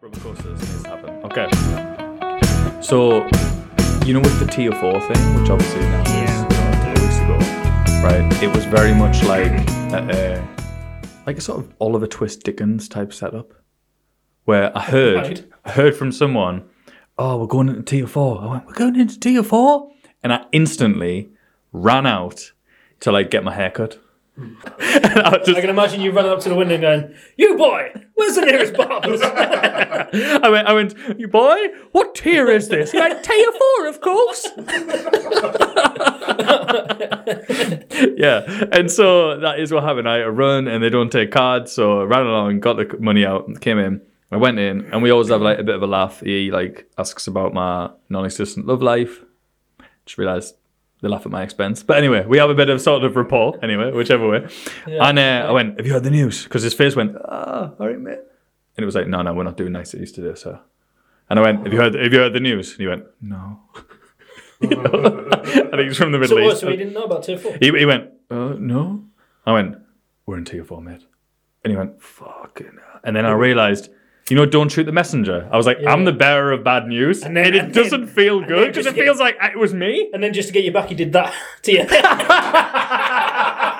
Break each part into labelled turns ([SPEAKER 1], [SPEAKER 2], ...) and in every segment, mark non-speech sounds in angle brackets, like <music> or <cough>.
[SPEAKER 1] roller coasters needs to happen. Okay. So, you know, with the tier four thing, which obviously now is
[SPEAKER 2] Yeah.
[SPEAKER 1] uh, two weeks ago, right? It was very much like a, uh, like a sort of Oliver Twist Dickens type setup, where I heard
[SPEAKER 2] Right.
[SPEAKER 1] I heard from someone, "Oh, we're going into tier four. I went, "We're going into tier four? and I instantly ran out to like get my haircut. <laughs> and I was just
[SPEAKER 2] I can imagine you running up to the window going, You boy, where's the nearest
[SPEAKER 1] <laughs>
[SPEAKER 2] barber's?
[SPEAKER 1] I went, I went, you boy, what tier is this? He went, tier four, of course. <laughs> yeah, and so that is what happened. I run and they don't take cards, so I ran along, got the money out, came in. I went in, and we always have like a bit of a laugh. He like asks about my non-existent love life. Just realised they laugh at my expense, but anyway, we have a bit of sort of rapport. Anyway, whichever way. and uh, I went, "Have you heard the news?" Because his face went, "Ah, all right, mate." And it was like, no, no, we're not doing niceties today, sir. And I went, have you heard, have you heard the news? And he went, no. <laughs> You know? I think he's from the Middle
[SPEAKER 2] so, what,
[SPEAKER 1] East.
[SPEAKER 2] so he didn't know about tier four.
[SPEAKER 1] he, he went, uh, no. I went, we're in tier four, mate. And he went, fucking hell. And then I realised, you know, don't shoot the messenger. I was like, I'm the bearer of bad news. And,
[SPEAKER 2] then-
[SPEAKER 1] it
[SPEAKER 2] and then-
[SPEAKER 1] doesn't feel good because
[SPEAKER 2] just
[SPEAKER 1] it
[SPEAKER 2] get-
[SPEAKER 1] feels like it was me.
[SPEAKER 2] And then just to get you back, he did that <laughs> to
[SPEAKER 1] <laughs>
[SPEAKER 2] you.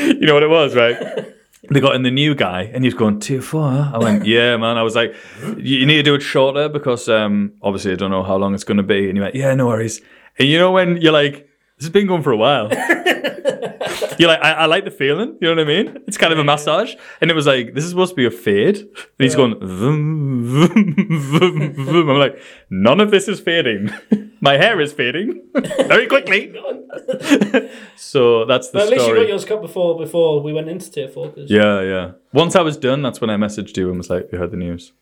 [SPEAKER 1] You know what it was, right? <laughs> They got in the new guy, and he was going tier four. huh?" I <laughs> went, yeah, man. I was like, you you need to do it shorter because um, obviously I don't know how long it's going to be. And he went, yeah, no worries. And you know when you're like, this has been going for a <laughs> while. you're like, I, I like the feeling. You know what I mean? It's kind of a massage. And it was like, this is supposed to be a fade. And he's going, vroom, vroom, vroom, vroom. I'm like, none of this is fading. <laughs> My hair is <laughs> fading very quickly. so that's the
[SPEAKER 2] But at
[SPEAKER 1] story.
[SPEAKER 2] least you got yours cut before before we went into tier four. 'cause-
[SPEAKER 1] Yeah, yeah. Once I was done, that's when I messaged you and was like, "You heard the news."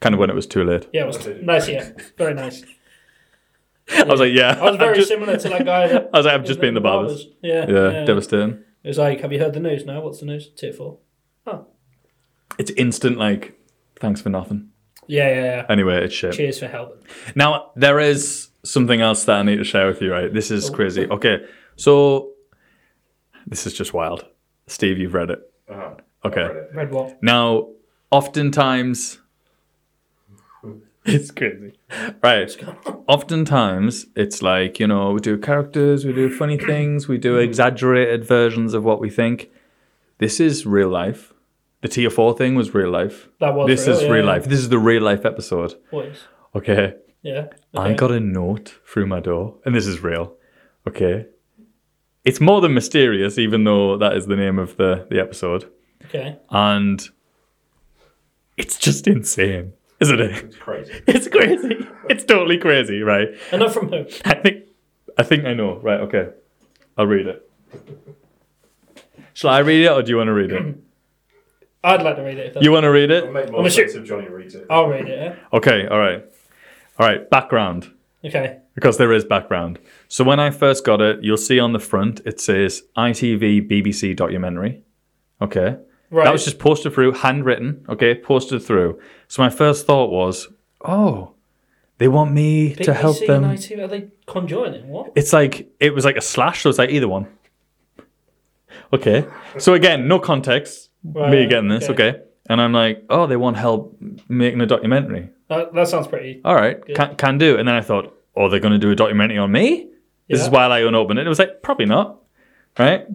[SPEAKER 1] Kind of when it was too late.
[SPEAKER 2] Yeah, it was nice. Yeah, very
[SPEAKER 1] <laughs>
[SPEAKER 2] nice.
[SPEAKER 1] I was like, "Yeah."
[SPEAKER 2] I was very
[SPEAKER 1] I've just,
[SPEAKER 2] similar to that guy. That
[SPEAKER 1] I was like, "I've <laughs> just been the barbers."
[SPEAKER 2] Yeah,
[SPEAKER 1] Yeah, devastating.
[SPEAKER 2] It was like, have you heard the news now? What's the news? Tier four.
[SPEAKER 1] It's instant. Like, thanks for nothing.
[SPEAKER 2] Yeah, yeah, yeah.
[SPEAKER 1] Anyway, it's shit.
[SPEAKER 2] Cheers for helping.
[SPEAKER 1] Now there is something else that I need to share with you. Right, this is
[SPEAKER 2] Oh.
[SPEAKER 1] crazy. Okay, so this is just wild. Steve, you've read it.
[SPEAKER 3] Uh-huh.
[SPEAKER 1] Okay.
[SPEAKER 3] Read it.
[SPEAKER 2] Red one.
[SPEAKER 1] Now, oftentimes, it's crazy, right? Oftentimes, it's like you know, we do characters, we do funny things, we do exaggerated versions of what we think. This is real life. The tier four thing was real life.
[SPEAKER 2] That was
[SPEAKER 1] This
[SPEAKER 2] real,
[SPEAKER 1] is
[SPEAKER 2] yeah,
[SPEAKER 1] real
[SPEAKER 2] yeah.
[SPEAKER 1] life. This is the real life episode.
[SPEAKER 2] Boys.
[SPEAKER 1] Okay.
[SPEAKER 2] Yeah.
[SPEAKER 1] I
[SPEAKER 2] okay.
[SPEAKER 1] got a note through my door, and this is real. Okay. It's more than mysterious, even though that is the name of the, the episode
[SPEAKER 2] Okay.
[SPEAKER 1] and it's just insane, isn't it?
[SPEAKER 3] It's crazy.
[SPEAKER 1] <laughs> It's crazy. It's totally crazy, right?
[SPEAKER 2] <laughs> And not from who?
[SPEAKER 1] I think, I think I know. Right? Okay, I'll read it. Shall I read it, or do you want to read it?
[SPEAKER 2] I'd like to read it. If that's...
[SPEAKER 1] You want to read
[SPEAKER 3] It'll
[SPEAKER 1] it?
[SPEAKER 3] make
[SPEAKER 2] I'm a
[SPEAKER 3] more sense
[SPEAKER 2] shit.
[SPEAKER 3] if Johnny reads it.
[SPEAKER 2] I'll read it.
[SPEAKER 1] Okay. All right. All right. Background.
[SPEAKER 2] Yeah? Okay.
[SPEAKER 1] because there is background. So when I first got it, you'll see on the front it says ITV BBC documentary. Okay.
[SPEAKER 2] Right.
[SPEAKER 1] That was just posted through, handwritten, okay, posted through. So my first thought was, oh, they want me to help
[SPEAKER 2] BBC
[SPEAKER 1] them.
[SPEAKER 2] and ITV, Are they conjoining? What?
[SPEAKER 1] It's like, it was like a slash, so it's like either one. Okay. So again, no context, me
[SPEAKER 2] Right,
[SPEAKER 1] getting this,
[SPEAKER 2] okay.
[SPEAKER 1] okay. And I'm like, oh, they want help making a documentary.
[SPEAKER 2] That, that sounds pretty.
[SPEAKER 1] All right, can, can do. And then I thought, oh, they're going to do a documentary on me? This is
[SPEAKER 2] Yeah.
[SPEAKER 1] why I unopened it. It was like, probably not, right?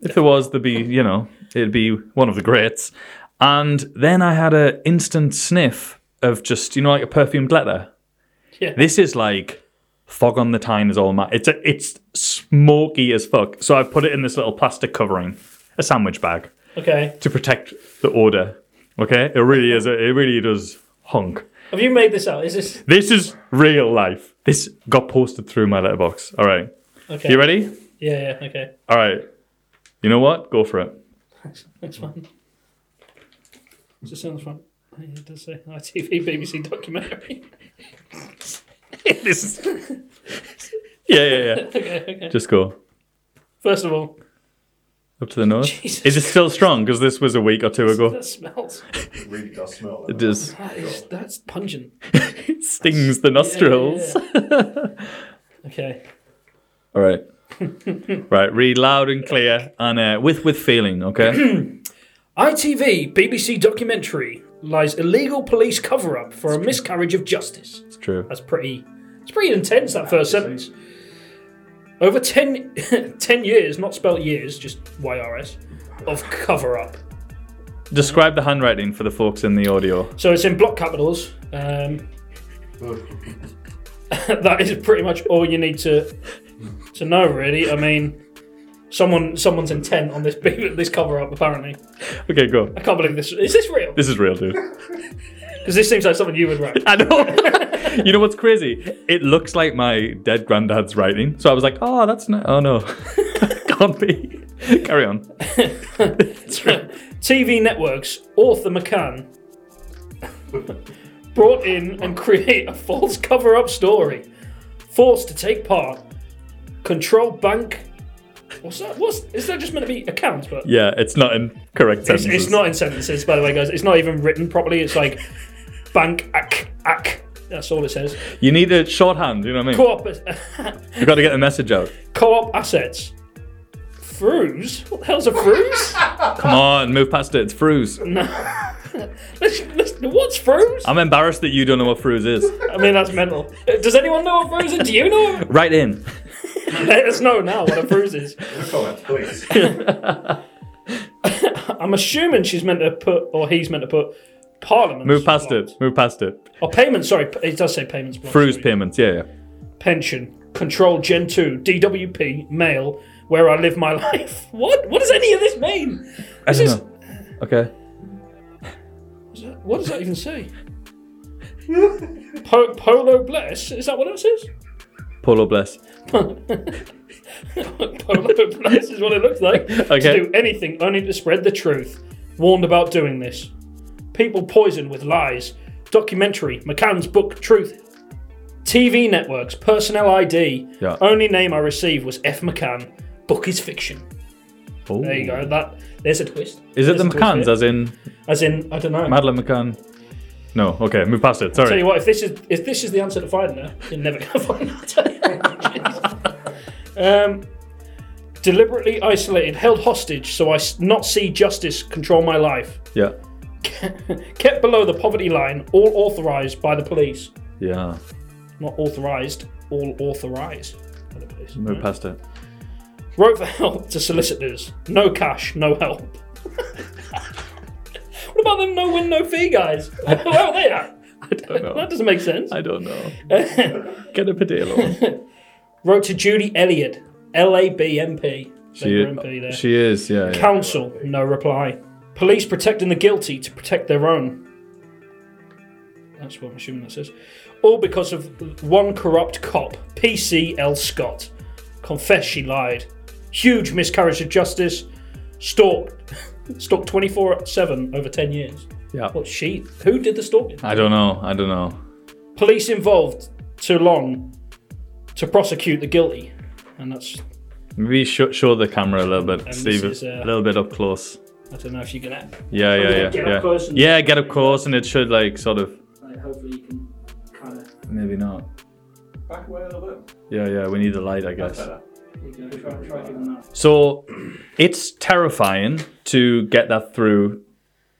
[SPEAKER 1] If there was, there'd be, you know, it'd be one of the greats. And then I had an instant sniff of just, you know, like a perfumed letter.
[SPEAKER 2] Yeah.
[SPEAKER 1] This is like fog on the tine is all my. It's a, it's smoky as fuck. So I put it in this little plastic covering, a sandwich bag
[SPEAKER 2] Okay.
[SPEAKER 1] to protect the odor. Okay, it really is. A, it really does honk.
[SPEAKER 2] Have you made this out? Is this
[SPEAKER 1] This is real life. This got posted through my letterbox. All right.
[SPEAKER 2] okay?
[SPEAKER 1] You ready?
[SPEAKER 2] Yeah. Yeah. Okay.
[SPEAKER 1] All right. You know what? Go for it. <laughs>
[SPEAKER 2] That's fine. It's just on the front. Oh, yeah, It does say ITV BBC documentary. <laughs>
[SPEAKER 1] this is. <laughs> yeah, yeah, yeah.
[SPEAKER 2] <laughs> okay, okay.
[SPEAKER 1] Just go
[SPEAKER 2] First of all,
[SPEAKER 1] up to the nose.
[SPEAKER 2] Jesus
[SPEAKER 1] Is it still strong? Because this was a week or two ago.
[SPEAKER 2] that smells.
[SPEAKER 3] It really does smell.
[SPEAKER 1] It does.
[SPEAKER 2] <laughs> That is, that's pungent.
[SPEAKER 1] It stings the nostrils.
[SPEAKER 2] Yeah, <laughs> Okay.
[SPEAKER 1] All right. right. Read loud and
[SPEAKER 2] <clears throat>
[SPEAKER 1] clear and uh, with with feeling. Okay.
[SPEAKER 2] ITV BBC documentary lies illegal police cover up for a miscarriage of justice.
[SPEAKER 1] It's true.
[SPEAKER 2] That's pretty. It's pretty intense. That first sentence. Over <laughs> 10, 10 years, not spelt years, just YRS, of cover up.
[SPEAKER 1] Describe the handwriting for the folks in the audio.
[SPEAKER 2] So it's in block capitals. Um, <laughs> that is pretty much all you need to to know, really. I mean, someone someone's intent on this <laughs> this cover up. Apparently,
[SPEAKER 1] Okay, go.
[SPEAKER 2] I can't believe this. Is this real?
[SPEAKER 1] This is real, dude.
[SPEAKER 2] Because this seems like something you would write.
[SPEAKER 1] I know. <laughs> you know what's crazy? It looks like my dead granddad's writing. So I was like, oh, that's not. Oh, no. <laughs> Can't be. Carry on.
[SPEAKER 2] <laughs> TV networks, Arthur McCann, <laughs> brought in and <laughs> create a false cover-up story, forced to take part, control bank. What's that? What's is that just meant to be accounts? But
[SPEAKER 1] Yeah, it's not in correct
[SPEAKER 2] it's,
[SPEAKER 1] sentences.
[SPEAKER 2] it's not in sentences, by the way, guys. It's not even written properly. It's like <laughs> bank ack ack. That's all it says.
[SPEAKER 1] You need a shorthand, you know what I mean?
[SPEAKER 2] Co-op,
[SPEAKER 1] You've got to get the message out.
[SPEAKER 2] <laughs> co-op assets. Fruze? What the hell's a fruze?
[SPEAKER 1] Come
[SPEAKER 2] Ah.
[SPEAKER 1] on, move past it. It's fruze.
[SPEAKER 2] Let's- let's- what's fruze?
[SPEAKER 1] I'm embarrassed that you don't know what fruze
[SPEAKER 2] <laughs>
[SPEAKER 1] is.
[SPEAKER 2] I mean, that's mental. Uh, Does anyone know what Frozen? Do you know?
[SPEAKER 1] Right in.
[SPEAKER 2] Let us know now what a bruise is.
[SPEAKER 3] Comment, please.
[SPEAKER 2] <laughs> I'm assuming she's meant to put, or he's meant to put, Parliament.
[SPEAKER 1] Move past it. Move past it.
[SPEAKER 2] Or payments, sorry. p- It does say payments. blocked,
[SPEAKER 1] Fruze
[SPEAKER 2] sorry.
[SPEAKER 1] payments. Yeah, yeah.
[SPEAKER 2] Pension. Control Gen 2. DWP. Mail. Where I live my <laughs> life. What? What does any of this mean?
[SPEAKER 1] I
[SPEAKER 2] This
[SPEAKER 1] don't
[SPEAKER 2] is.
[SPEAKER 1] know. Okay.
[SPEAKER 2] What does that even say? Po- Polo Bless? Is that what it says?
[SPEAKER 1] Polo bless.
[SPEAKER 2] <laughs> Polo Bless is what it looks like.
[SPEAKER 1] Okay.
[SPEAKER 2] To do anything only to spread the truth. Warned about doing this. People poisoned with lies. Documentary, McCann's book, Truth. TV networks, personnel ID.
[SPEAKER 1] Yeah.
[SPEAKER 2] Only name I received was F. McCann. Book is fiction.
[SPEAKER 1] Ooh.
[SPEAKER 2] There you go. That there's a twist.
[SPEAKER 1] Is it
[SPEAKER 2] There's
[SPEAKER 1] the
[SPEAKER 2] a twist
[SPEAKER 1] McCanns,
[SPEAKER 2] here.
[SPEAKER 1] as in
[SPEAKER 2] As in, I don't know.
[SPEAKER 1] Madeline McCann? No, okay, move past it.
[SPEAKER 2] Tell you
[SPEAKER 1] Sorry.
[SPEAKER 2] what, if this is if this is the answer to finding her, you're never gonna <laughs> find out. <laughs> um, deliberately isolated, held hostage, so I s- not see justice control my life.
[SPEAKER 1] Yeah.
[SPEAKER 2] Kept below the poverty line, all authorized by the police.
[SPEAKER 1] Yeah.
[SPEAKER 2] Not authorized, all authorized by the police.
[SPEAKER 1] Move past it.
[SPEAKER 2] Wrote for help to solicitors. No cash, no help. <laughs> what about them no win, no fee guys? Where are they at?
[SPEAKER 1] don't know.
[SPEAKER 2] That doesn't make sense.
[SPEAKER 1] I don't know.
[SPEAKER 2] <laughs>
[SPEAKER 1] Get a pedalo.
[SPEAKER 2] Wrote to Judy Elliott, LABMP.
[SPEAKER 1] She,
[SPEAKER 2] Labour MP there.
[SPEAKER 1] she is, yeah. yeah.
[SPEAKER 2] Council, no reply. Police protecting the guilty to protect their own. That's what I'm assuming that says. All because of one corrupt cop, PCL Scott. Confess she lied. Huge miscarriage of justice. Stalked. <laughs> Stalked 24 7 over 10 years.
[SPEAKER 1] Yeah.
[SPEAKER 2] What, she? Who did the stalking?
[SPEAKER 1] I don't know. I don't know.
[SPEAKER 2] police involved too long to prosecute the guilty. And that's,
[SPEAKER 1] Maybe show, show the camera a little bit,
[SPEAKER 2] this
[SPEAKER 1] Steve.
[SPEAKER 2] is, uh,
[SPEAKER 1] A little bit up close.
[SPEAKER 2] I don't know if you can, act-
[SPEAKER 1] Yeah, yeah,
[SPEAKER 2] gonna
[SPEAKER 1] yeah.
[SPEAKER 2] get up
[SPEAKER 1] yeah.
[SPEAKER 2] close and-
[SPEAKER 1] yeah, get up close and it should, like, sort of.
[SPEAKER 2] like, hopefully you can kind of,
[SPEAKER 1] Maybe not.
[SPEAKER 3] Back away a little bit.
[SPEAKER 1] Yeah, yeah, we need the light, I guess.
[SPEAKER 3] Better.
[SPEAKER 2] you can try, try giving that.
[SPEAKER 1] So it's terrifying to get that through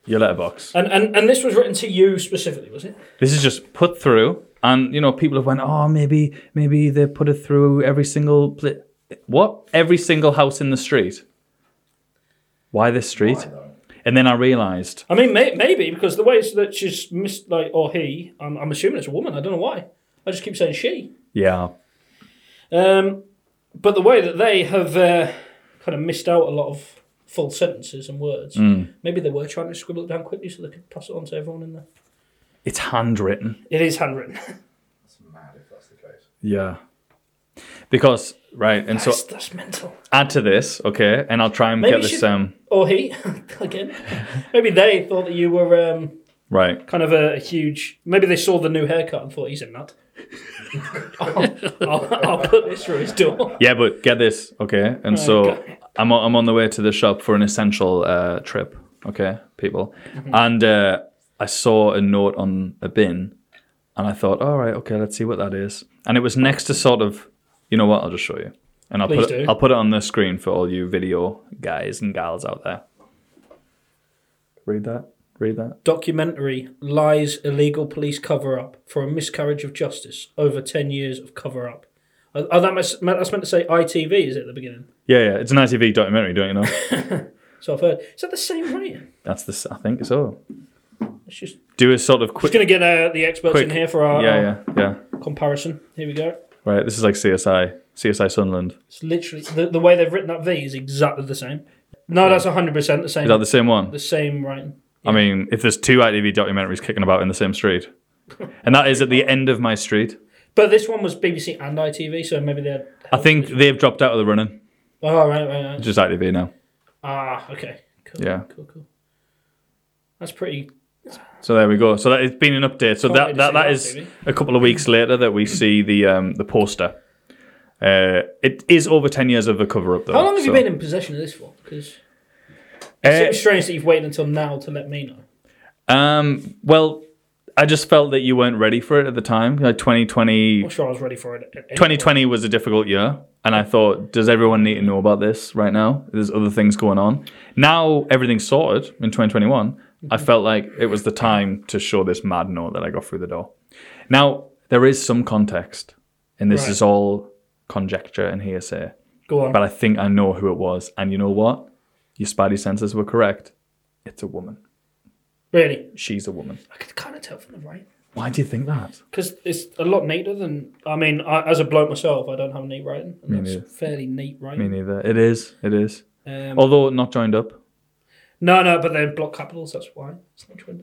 [SPEAKER 1] your letterbox.
[SPEAKER 2] And, and, and this was written to you specifically, was it?
[SPEAKER 1] This is just put through, and you know people have went, oh, maybe maybe they put it through every single pla- what every single house in the street. Why this street? and then I realised
[SPEAKER 2] I mean, may, maybe because the way it's that she's missed, like, or he, I'm, I'm assuming it's a woman. I don't know why. I just keep saying she.
[SPEAKER 1] Yeah.
[SPEAKER 2] Um, but the way that they have uh, kind of missed out a lot of full sentences and words, maybe they were trying to scribble it down quickly so they could pass it on to everyone in there.
[SPEAKER 1] It's handwritten.
[SPEAKER 2] It is handwritten.
[SPEAKER 3] That's mad if that's the case.
[SPEAKER 1] Yeah. Because right, and so
[SPEAKER 2] <laughs> that's, that's mental.
[SPEAKER 1] add to this, okay, and I'll try and
[SPEAKER 2] Maybe
[SPEAKER 1] get
[SPEAKER 2] you
[SPEAKER 1] this
[SPEAKER 2] should-
[SPEAKER 1] um
[SPEAKER 2] or he <laughs> again. Maybe they thought that you were um,
[SPEAKER 1] right.
[SPEAKER 2] kind of a, a huge. Maybe they saw the new haircut and thought he's a nut. <laughs> I'll, I'll, I'll put this through his door.
[SPEAKER 1] Yeah, but get this, okay?
[SPEAKER 2] Oh
[SPEAKER 1] And so
[SPEAKER 2] Okay.
[SPEAKER 1] I'm on, I'm on the way to the shop for an essential uh, trip, okay, people.
[SPEAKER 2] Mm-hmm.
[SPEAKER 1] And uh, I saw a note on a bin, and I thought, all right, okay, let's see what that is. And it was next to sort of, you know what? I'll just show you, and I'll
[SPEAKER 2] Please
[SPEAKER 1] put it,
[SPEAKER 2] do.
[SPEAKER 1] I'll put it on the screen for all you video guys and gals out there. Read that. Read that.
[SPEAKER 2] Documentary lies illegal police cover up for a miscarriage of justice over 10 years of cover up. Oh, oh, that must, that's meant to say ITV, is it, at the beginning?
[SPEAKER 1] Yeah, yeah. It's an ITV documentary, don't you know?
[SPEAKER 2] <laughs> So I've heard. Is that the same writer?
[SPEAKER 1] That's the. s- I think so.
[SPEAKER 2] Let's just.
[SPEAKER 1] Do a sort of
[SPEAKER 2] We're
[SPEAKER 1] quick.
[SPEAKER 2] going to get uh, the experts
[SPEAKER 1] quick-
[SPEAKER 2] in here for our uh,
[SPEAKER 1] yeah, yeah, yeah.
[SPEAKER 2] comparison. Here we go.
[SPEAKER 1] Right. This is like CSI. CSI Sunland.
[SPEAKER 2] It's literally. The, the way they've written up V is exactly the same. No, that's 100% the same.
[SPEAKER 1] Is that the same one?
[SPEAKER 2] the same writing.
[SPEAKER 1] I mean, if there's two ITV documentaries kicking about in the same street, and that is at the end of my street,
[SPEAKER 2] But this one was BBC and ITV, so maybe they had.
[SPEAKER 1] I think they've dropped out of the running.
[SPEAKER 2] Oh, right, right, right.
[SPEAKER 1] Just ITV now.
[SPEAKER 2] Ah, okay. Cool,
[SPEAKER 1] Yeah.
[SPEAKER 2] Cool, cool. That's pretty.
[SPEAKER 1] So there we go. So that it's been an update. So that,
[SPEAKER 2] Can't wait to
[SPEAKER 1] that that
[SPEAKER 2] see that,
[SPEAKER 1] is
[SPEAKER 2] baby.
[SPEAKER 1] a couple of weeks later that we see the um, the poster. Uh, it is over ten years of a cover up though.
[SPEAKER 2] How long have you
[SPEAKER 1] so-
[SPEAKER 2] been in possession of this for? Because
[SPEAKER 1] Uh,
[SPEAKER 2] it's strange that you've waited until now to let me know.
[SPEAKER 1] Um, well, I just felt that you weren't ready for it at the time. Like 2020,
[SPEAKER 2] I'm sure I was ready for it. at- at-
[SPEAKER 1] 2020 was a difficult year, and I thought, does everyone need to know about this right now? There's other things going on. Now everything's sorted in 2021. I felt like it was the time to show this mad note that I got through the door. Now there is some context, and this
[SPEAKER 2] Right.
[SPEAKER 1] is all conjecture and hearsay.
[SPEAKER 2] Go on.
[SPEAKER 1] But I think I know who it was, and you know what? Your spidey senses were correct. It's a woman.
[SPEAKER 2] Really?
[SPEAKER 1] She's a woman.
[SPEAKER 2] I could kind of tell from the writing.
[SPEAKER 1] Why do you think that?
[SPEAKER 2] Because it's a lot neater than. I mean, I, as a bloke myself, I don't have neat writing. And
[SPEAKER 1] Me
[SPEAKER 2] that's
[SPEAKER 1] neither.
[SPEAKER 2] fairly neat
[SPEAKER 1] Me
[SPEAKER 2] writing.
[SPEAKER 1] neither. It is. It is.
[SPEAKER 2] Um,
[SPEAKER 1] Although not joined up.
[SPEAKER 2] No, no, but they're block capitals, that's why. It's
[SPEAKER 1] <laughs>
[SPEAKER 2] not true.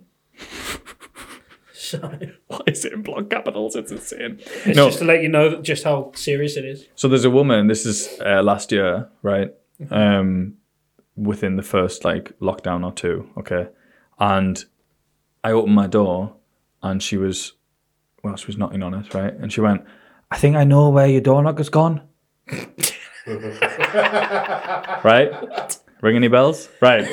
[SPEAKER 2] so. <laughs>
[SPEAKER 1] Why is it in block capitals? It's insane.
[SPEAKER 2] It's
[SPEAKER 1] no.
[SPEAKER 2] just to let you know that just how serious it is.
[SPEAKER 1] so there's a woman. This is uh, last year, right? Um, within the first like lockdown or two. Okay, and I opened my door, and she was, well, she was knocking on it, right? And she went, "I think I know where your door knock has <laughs> gone." right? Ring any bells? Right.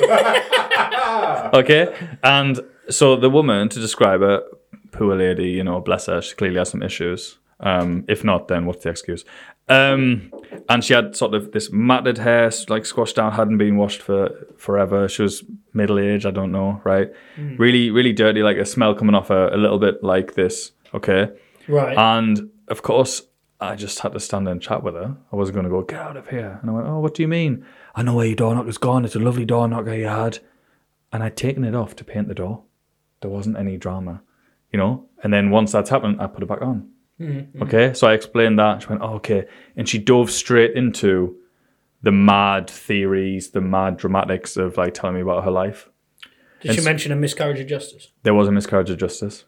[SPEAKER 1] <laughs> okay. And so the woman, to describe her, poor lady, you know, bless her, she clearly has some issues. Um, if not, then what's the excuse? Um, and she had sort of this matted hair, s- like squashed down, hadn't been washed for forever. She was middle aged, I don't know, right? Really, really dirty, like a smell coming off her, a little bit like this, okay?
[SPEAKER 2] Right.
[SPEAKER 1] And of course, I just had to stand and chat with her. I wasn't going to go, get out of here. And I went, oh, what do you mean? I know where your door knock was gone. It's a lovely door knocker you had. And I'd taken it off to paint the door. There wasn't any drama, you know? And then once that's happened, I put it back on. Okay. So I explained that. She went, oh, okay. And she dove straight into the mad theories, the mad dramatics of like telling me about her life
[SPEAKER 2] Did you
[SPEAKER 1] it's-
[SPEAKER 2] mention a miscarriage of justice?
[SPEAKER 1] there was a miscarriage of justice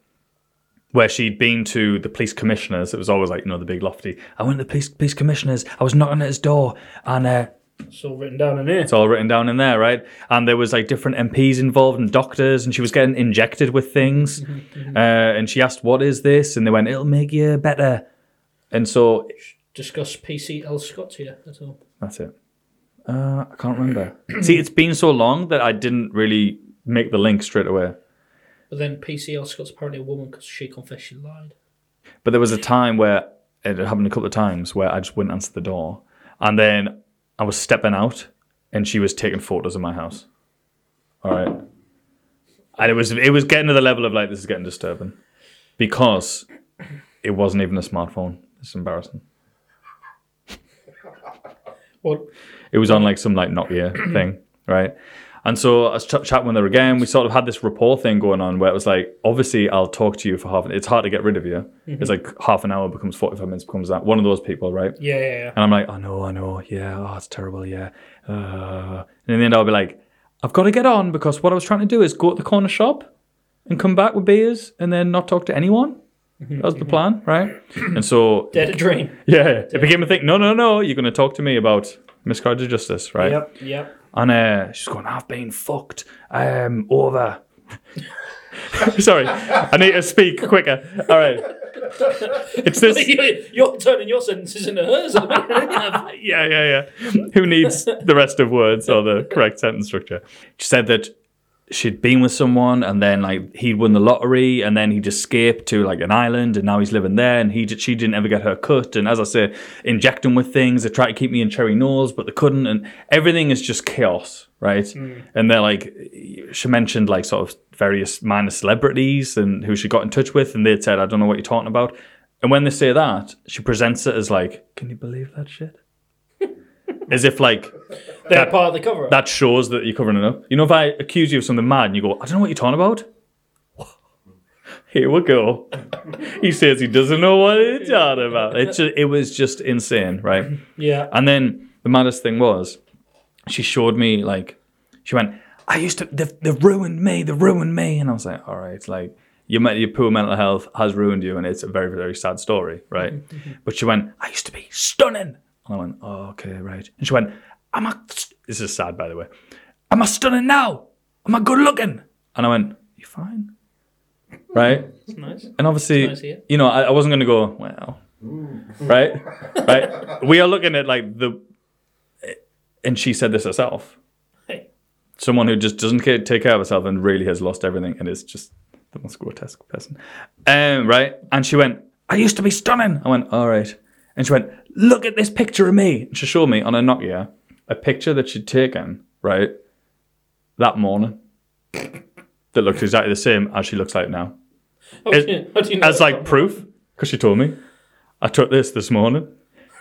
[SPEAKER 1] where she'd been to the police commissioners. It was always like, you know, the big lofty. I went to the police, police commissioners. I was knocking at his door and uh,
[SPEAKER 2] It's all written down in here.
[SPEAKER 1] it's all written down in there, right? And there was like different MPs involved and doctors, and she was getting injected with things. Uh, and she asked, What is this? And they went, It'll make you better. And so
[SPEAKER 2] Discuss PCL Scott here at all.
[SPEAKER 1] that's it. Uh, I can't remember. <clears throat> See, it's been so long that I didn't really make the link straight away.
[SPEAKER 2] But then PCL Scott's apparently a woman because she confessed she lied.
[SPEAKER 1] But there was a time where it happened a couple of times where I just wouldn't answer the door, and then I was stepping out, and she was taking photos of my house. All right, and it was it was getting to the level of like this is getting disturbing, because it wasn't even a smartphone. It's embarrassing.
[SPEAKER 2] What?
[SPEAKER 1] It was on like some like Nokia thing, right? And so I was ch- chatting with her again. We sort of had this rapport thing going on where it was like, obviously, I'll talk to you for half. An, it's hard to get rid of you. It's like half an hour becomes forty-five minutes becomes that. One of those people, right?
[SPEAKER 2] Yeah, yeah, yeah.
[SPEAKER 1] And I'm like, I know, I know, yeah, oh, it's terrible, yeah. Uh, and then I'll be like, I've got to get on because what I was trying to do is go to the corner shop and come back with beers and then not talk to anyone. That was the plan, right? and so,
[SPEAKER 2] Dead a dream.
[SPEAKER 1] yeah, it became a thing. No, no, no, you're going to talk to me about miscarriage of justice, right?
[SPEAKER 2] Yep, yep.
[SPEAKER 1] And uh, she's going, I've been fucked um, over. <laughs> Sorry, I need to speak quicker. All right. It's this.
[SPEAKER 2] <laughs> You're turning your sentences into hers. at the minute, aren't you?
[SPEAKER 1] <laughs>
[SPEAKER 2] I've-
[SPEAKER 1] Yeah, yeah, yeah. Who needs the rest of words or the correct sentence structure? She said that she'd been with someone and then like he'd won the lottery and then he'd escaped to like an island and now he's living there and he she didn't ever get her cut and as I say inject him with things they tried to keep me in cherry knolls but they couldn't and everything is just chaos right and they're like she mentioned like sort of various minor celebrities and who she got in touch with and they'd said I don't know what you're talking about and when they say that she presents it as like can you believe that shit as if like
[SPEAKER 2] They're part of the cover.
[SPEAKER 1] that shows that you're covering it up. You know, if I accuse you of something mad and you go, I don't know what you're talking about. <laughs> Here we go. <laughs> he says he doesn't know what he's talking about. It just, it was just insane, right?
[SPEAKER 2] yeah.
[SPEAKER 1] And then the maddest thing was, she showed me like, she went, I used to, they've, they've ruined me, they've ruined me, and I was like, all right, like your men- your poor mental health has ruined you, and it's a very very sad story, right? but she went, I used to be stunning, and I went, oh, okay, right, and she went, am I? This is sad, by the way. Am I stunning now? Am I good looking? And I went, you fine, right?
[SPEAKER 2] That's nice.
[SPEAKER 1] And obviously,
[SPEAKER 2] Nice to hear.
[SPEAKER 1] you know, I, I wasn't going to go, well, right? right? We are looking at like the, and she said this herself
[SPEAKER 2] Hey.
[SPEAKER 1] someone who just doesn't care, take care of herself and really has lost everything and is just the most grotesque person. Um, right? And she went, I used to be stunning. I went, all right. And she went, look at this picture of me. And she showed me on a Nokia a picture that she'd taken, right, that morning that looked exactly the same as she looks like now
[SPEAKER 2] How do you- how do you know
[SPEAKER 1] as
[SPEAKER 2] that?
[SPEAKER 1] like proof because she told me I took this this morning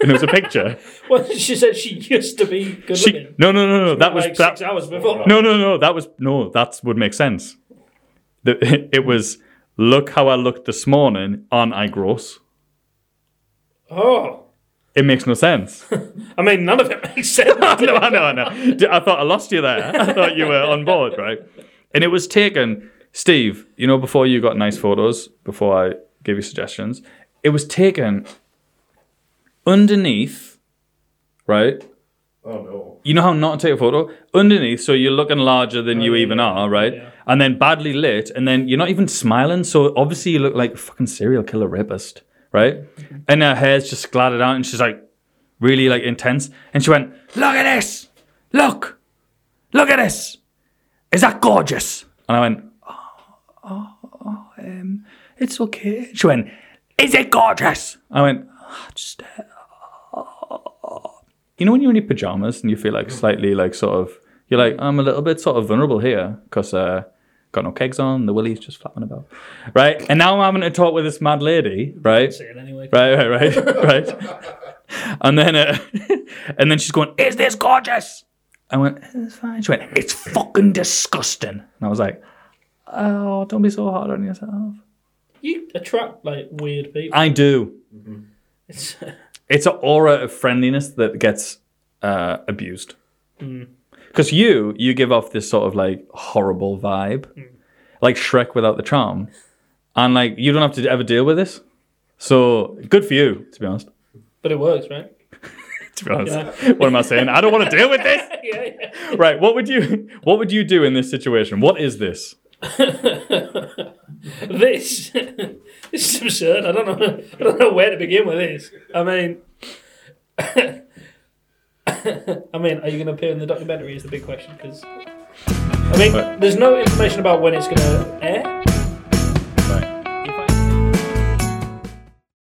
[SPEAKER 1] and it was a picture.
[SPEAKER 2] Well, she said she used to be good
[SPEAKER 1] she
[SPEAKER 2] looking.
[SPEAKER 1] no no no no that was
[SPEAKER 2] like
[SPEAKER 1] that,
[SPEAKER 2] six hours before.
[SPEAKER 1] no no no that was no that would make sense. The, <laughs> it was look how I looked this morning. Aren't I gross?
[SPEAKER 2] Oh,
[SPEAKER 1] It makes no sense. <laughs>
[SPEAKER 2] I mean, none of it makes sense.
[SPEAKER 1] I know, I know, I know. D- I thought I lost you there. I thought you were on board, right? And it was taken, Steve, you know, before you got nice photos, before I gave you suggestions, it was taken underneath, right?
[SPEAKER 3] Oh no.
[SPEAKER 1] You know how not to take a photo? Underneath, so you're looking larger than you even are, right?
[SPEAKER 2] Yeah.
[SPEAKER 1] And then badly lit, and then you're not even smiling, so obviously you look like a fucking serial killer rapist, right?
[SPEAKER 2] Mm-hmm.
[SPEAKER 1] And her hair's just scattered out, and she's like, really like intense. And she went, Look at this! Look! Look at this! Is that gorgeous? And I went, Oh, oh, um, it's okay. She went, Is it gorgeous? I went, "Ah, just uh, you know when you're in your pajamas and you feel like slightly like sort of you're like I'm a little bit sort of vulnerable here because uh, got no kegs on, the willy's just flapping about, right? And now I'm having to talk with this mad lady, right?
[SPEAKER 2] <laughs> Say it anyway.
[SPEAKER 1] Right, right, <laughs> right, right. and then uh, and then she's going, "Is this gorgeous?" I went, "It's fine." She went, "It's fucking disgusting," and I was like, "Oh, don't be so hard on yourself."
[SPEAKER 2] You attract like weird people.
[SPEAKER 1] I do.
[SPEAKER 2] It's,
[SPEAKER 1] it's an aura of friendliness that gets uh, abused. Mm. Because you, you give off this sort of like horrible vibe, like Shrek without the charm, and like you don't have to ever deal with this. So good for you, to be honest.
[SPEAKER 2] <laughs> but it works, right?
[SPEAKER 1] To be honest, what am I saying? I don't want to deal with this.
[SPEAKER 2] <laughs> Yeah, yeah.
[SPEAKER 1] Right? What would you, what would you do in this situation? What is this?
[SPEAKER 2] <laughs> this this is absurd. I don't know. I don't know where to begin with this. I mean, <coughs> I mean, are you going to appear in the documentary? Is the big question because I mean, there's no information about when it's going to air.